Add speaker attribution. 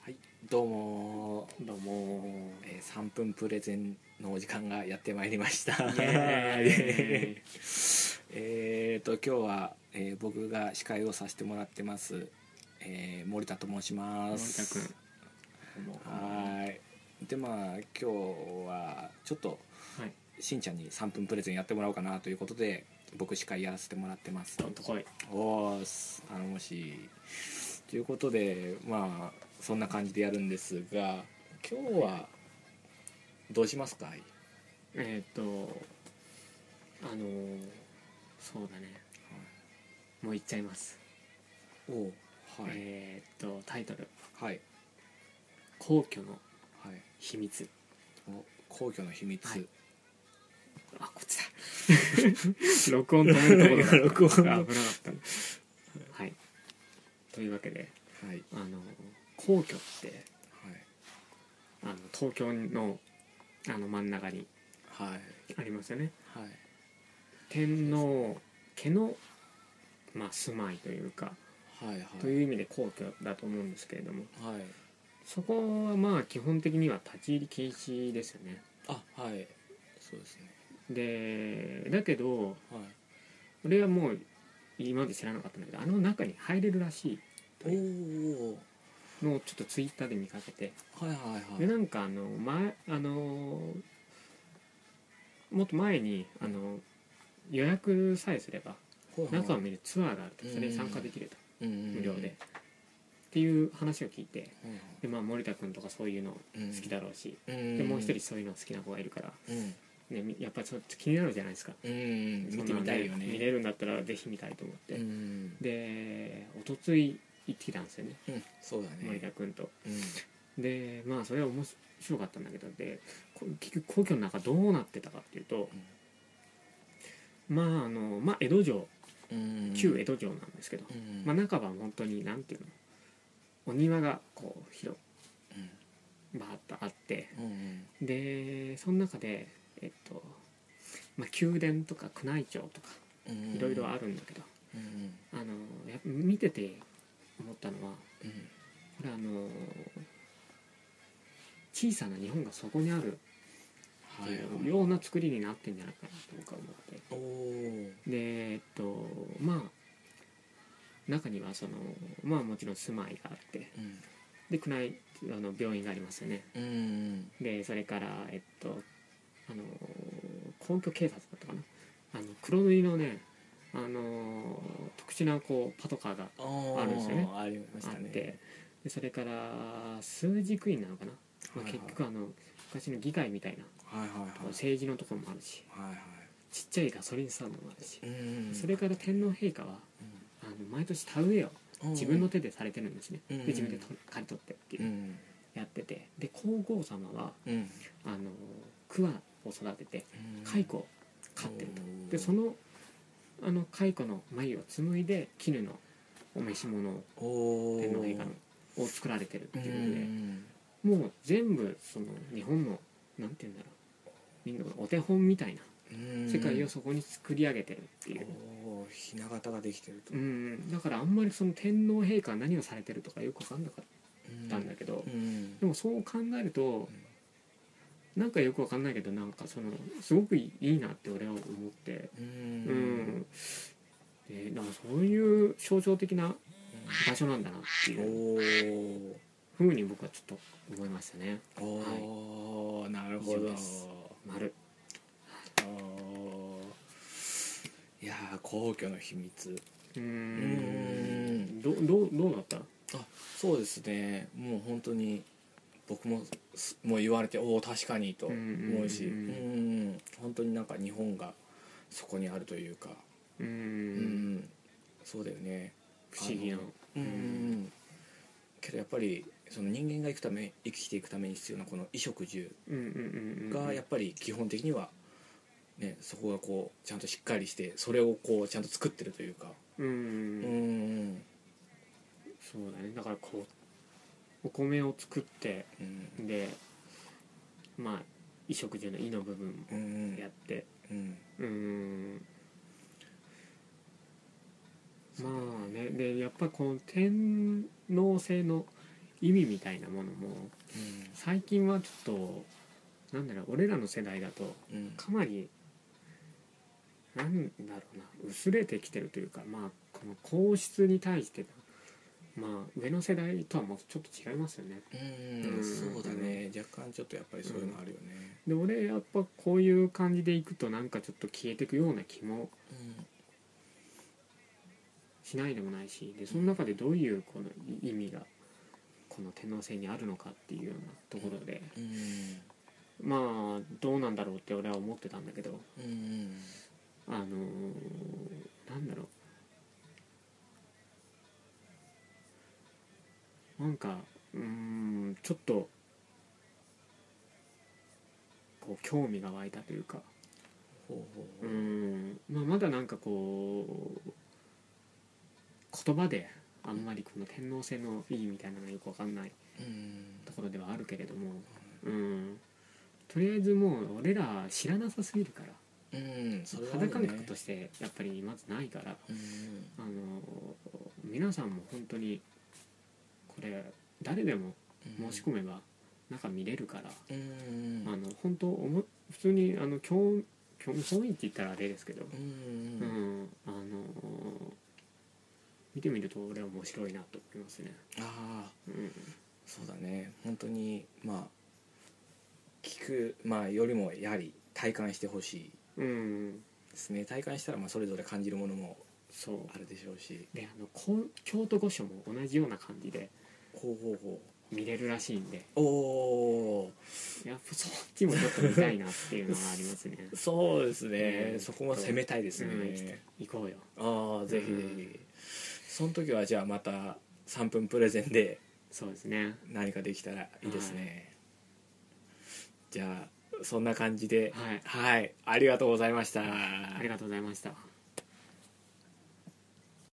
Speaker 1: はい
Speaker 2: どうもー、
Speaker 1: どうも
Speaker 2: えー、3分プレゼンのお時間がやってまいりました
Speaker 1: イエー
Speaker 2: えーと今日は、えー僕が司会をさせてもらってます、えー森田と申します
Speaker 1: 森田
Speaker 2: はーいでまあ今日はちょっと
Speaker 1: はい
Speaker 2: しんちゃんに3分プレゼンやってもらおうかなということで僕司会やらせてもらってます
Speaker 1: どんとこい
Speaker 2: おーす頼もしいということでまあそんな感じでやるんですが今日はどうしますかはい
Speaker 1: えーっとあのー、そうだねもう言っちゃいます、
Speaker 2: おうはい、
Speaker 1: えーっとタイトル
Speaker 2: はい
Speaker 1: 「皇居の
Speaker 2: はい
Speaker 1: 秘密
Speaker 2: お皇居の秘密、
Speaker 1: はい」あこ っちだ録音止めるところ
Speaker 2: 録音
Speaker 1: が危なかったはいというわけで
Speaker 2: はいはい
Speaker 1: あのー皇居ってあの東京のあの真ん中に
Speaker 2: はい
Speaker 1: ありますよね
Speaker 2: はい
Speaker 1: 天皇家の、まあ、住まいというか
Speaker 2: はいはい
Speaker 1: という意味で皇居だと思うんですけれども
Speaker 2: はい
Speaker 1: そこはまあ基本的には立ち入り禁止ですよね
Speaker 2: あはいそうですね
Speaker 1: でだけど
Speaker 2: はい
Speaker 1: 俺はもう今まで知らなかったんだけどあの中に入れるらし
Speaker 2: おー
Speaker 1: いのをちょっとツイッターで見かけて
Speaker 2: はいはい
Speaker 1: で
Speaker 2: はい
Speaker 1: なんかあの前あのもっと前にあの予約さえすれば中を見るツアーがあるとそれに参加できると無
Speaker 2: 無
Speaker 1: 料でっていう話を聞いて
Speaker 2: 好
Speaker 1: でまあ森田君とかそういうの好きだろうし、で
Speaker 2: で
Speaker 1: もう一人そういうの好きな子がいるから、
Speaker 2: うん
Speaker 1: ね、みやっぱちょっと気になるじゃないですか
Speaker 2: うん見てみたいよ
Speaker 1: そんな
Speaker 2: ね
Speaker 1: の見れるんだったらぜひ見たいと思って、
Speaker 2: うん
Speaker 1: で一昨日行ってきたんですよね
Speaker 2: うんそうだね
Speaker 1: 森田君と
Speaker 2: うん
Speaker 1: でまあそれは面白かったんだけどでこ結局皇居の中どうなってたかっていうとまああの、まあ、江戸城
Speaker 2: うん
Speaker 1: 旧江戸城なんですけど、
Speaker 2: うん
Speaker 1: まあ、中は本当になんていうのお庭がこう広バーっとあって
Speaker 2: うんうん
Speaker 1: でその中でえっと、まあ、宮殿とか宮内庁とか
Speaker 2: うん
Speaker 1: いろいろあるんだけど、
Speaker 2: うんうん
Speaker 1: あのやっぱ見てて思ったのは
Speaker 2: うん
Speaker 1: これあの小さな日本がそこにあるっ
Speaker 2: は
Speaker 1: て
Speaker 2: い
Speaker 1: いうような作りになってんじゃないかなと僕は思って
Speaker 2: おー
Speaker 1: でえっとまあ中にはそのまあもちろん住まいがあって
Speaker 2: うん
Speaker 1: で宮内あの病院がありますよね
Speaker 2: うん
Speaker 1: でそれからえっとあの皇居警察だったかなあの黒塗りのねあの特殊なこうパトカーが
Speaker 2: あー
Speaker 1: あるんですよね
Speaker 2: ありまし
Speaker 1: あった
Speaker 2: ね
Speaker 1: て、でそれから数軸員なのかな、まあ、
Speaker 2: はいはい
Speaker 1: 結局あの昔の議会みたいな
Speaker 2: はいはいはい
Speaker 1: 政治のところもあるし
Speaker 2: はいは
Speaker 1: ちっちゃいガソリンスタンドもあるし
Speaker 2: い、うん
Speaker 1: それから天皇陛下はあの毎年田植えを
Speaker 2: うん
Speaker 1: 自分の手でされてるんですね、
Speaker 2: うん
Speaker 1: で自分でと刈り取ってっていううんやっててで皇后様は
Speaker 2: うん
Speaker 1: あの桑を育てて蚕を飼ってるとでそのあの蚕の繭を紡いで絹のお召し物を
Speaker 2: おおー
Speaker 1: 天皇陛下のを作られてるっていうことで。
Speaker 2: うん
Speaker 1: もう全部その日本のなんて言うんだろうみんなお手本みたいな
Speaker 2: うん
Speaker 1: 世界をそこに作り上げてるっていう、
Speaker 2: おーひな形ができてると
Speaker 1: うんだからあんまりその天皇陛下は何をされてるとかよく分かんなかったんだけど、
Speaker 2: うん
Speaker 1: でもそう考えると、なんかよく分かんないけどなんかそのすごくいいなって俺は思って、
Speaker 2: う
Speaker 1: うんんでなんかそういう象徴的な場所なんだなってい
Speaker 2: おー
Speaker 1: うふうに僕はちょっと思いましたね。
Speaker 2: おー、なるほ
Speaker 1: 以上
Speaker 2: ど
Speaker 1: です丸
Speaker 2: おーいやー皇居の秘密
Speaker 1: うー
Speaker 2: ん
Speaker 1: んどどうどうだった
Speaker 2: そうですねもう本当に僕もすもう言われておお確かにと思うしう
Speaker 1: うんんうん
Speaker 2: 本当になんか日本がそこにあるというか
Speaker 1: うー
Speaker 2: うんんそうだよね
Speaker 1: 不思議な
Speaker 2: うんうん
Speaker 1: う
Speaker 2: けどやっぱりその人間が生きため生きていくために必要なこの衣食住が
Speaker 1: が
Speaker 2: やっぱり基本的には、ね、そこがこうちゃんとしっかりしてそれをこうちゃんと作ってるというか
Speaker 1: う
Speaker 2: うんん
Speaker 1: そうだねだからこうお米を作って
Speaker 2: うん
Speaker 1: でまあ衣食住の「衣」の部分
Speaker 2: うんうん
Speaker 1: もやって
Speaker 2: うん
Speaker 1: うーんまあねでやっぱこの天皇制の意味みたいなものも最近はちょっとなんだろう俺らの世代だと
Speaker 2: うんうん
Speaker 1: かなりなんだろうな薄れてきてるというかまあこの皇室に対してまあ上の世代とはもうちょっと違いますよね。
Speaker 2: うん
Speaker 1: うん
Speaker 2: そうだね若干ちょっとやっぱりそういうのあるよね
Speaker 1: で俺やっぱこういう感じでいくとなんかちょっと消えてくような気もしないでもないしでその中でどういうこの意味がこの天皇制にあるのかっていうようなところで
Speaker 2: うんうん
Speaker 1: まあどうなんだろうって俺は思ってたんだけど
Speaker 2: うん
Speaker 1: あのーなんだろうなんかうーんちょっとこう興味が湧いたというか
Speaker 2: ほうほ
Speaker 1: う
Speaker 2: うほ
Speaker 1: ー、
Speaker 2: うん
Speaker 1: まあ、まだなんかこう言葉であんまりこの天皇制の意義みたいなのがよくわかんない
Speaker 2: うん
Speaker 1: ところではあるけれどもうんとりあえずもう俺ら知らなさすぎるから
Speaker 2: うんそれはある
Speaker 1: 肌
Speaker 2: ね
Speaker 1: 感覚としてやっぱりまずないから
Speaker 2: うん
Speaker 1: あの皆さんも本当にこれ誰でも
Speaker 2: うん
Speaker 1: 申し込めば中見れるから、
Speaker 2: うん
Speaker 1: あの本当おも普通にあの興興興味って言ったらあれですけど、
Speaker 2: う
Speaker 1: うんん、あの見てみると俺は面白いなと思いますね。
Speaker 2: ああ
Speaker 1: うん
Speaker 2: そうだね本当にまあ聞くまあよりもやはり体感してほしい
Speaker 1: うん、
Speaker 2: ですね体感したらまあそれぞれ感じるものも
Speaker 1: そう
Speaker 2: あるでしょうし
Speaker 1: であのこ京都御所も同じような感じで
Speaker 2: ほうほうほ
Speaker 1: 見れるらしいんで
Speaker 2: うおお
Speaker 1: やっぱそっちもちょっと見たいなっていうのはあり ますね
Speaker 2: そうですね、
Speaker 1: うん
Speaker 2: そこも攻めたいです
Speaker 1: うん行き
Speaker 2: ね、
Speaker 1: 行こうよ
Speaker 2: ああぜひぜひ、
Speaker 1: うん
Speaker 2: その時はじゃあまた3分プレゼンで
Speaker 1: そうですね
Speaker 2: 何かできたらいいですね、じゃあそんな感じで
Speaker 1: はい
Speaker 2: はい、ありがとうございました
Speaker 1: ありがとうございました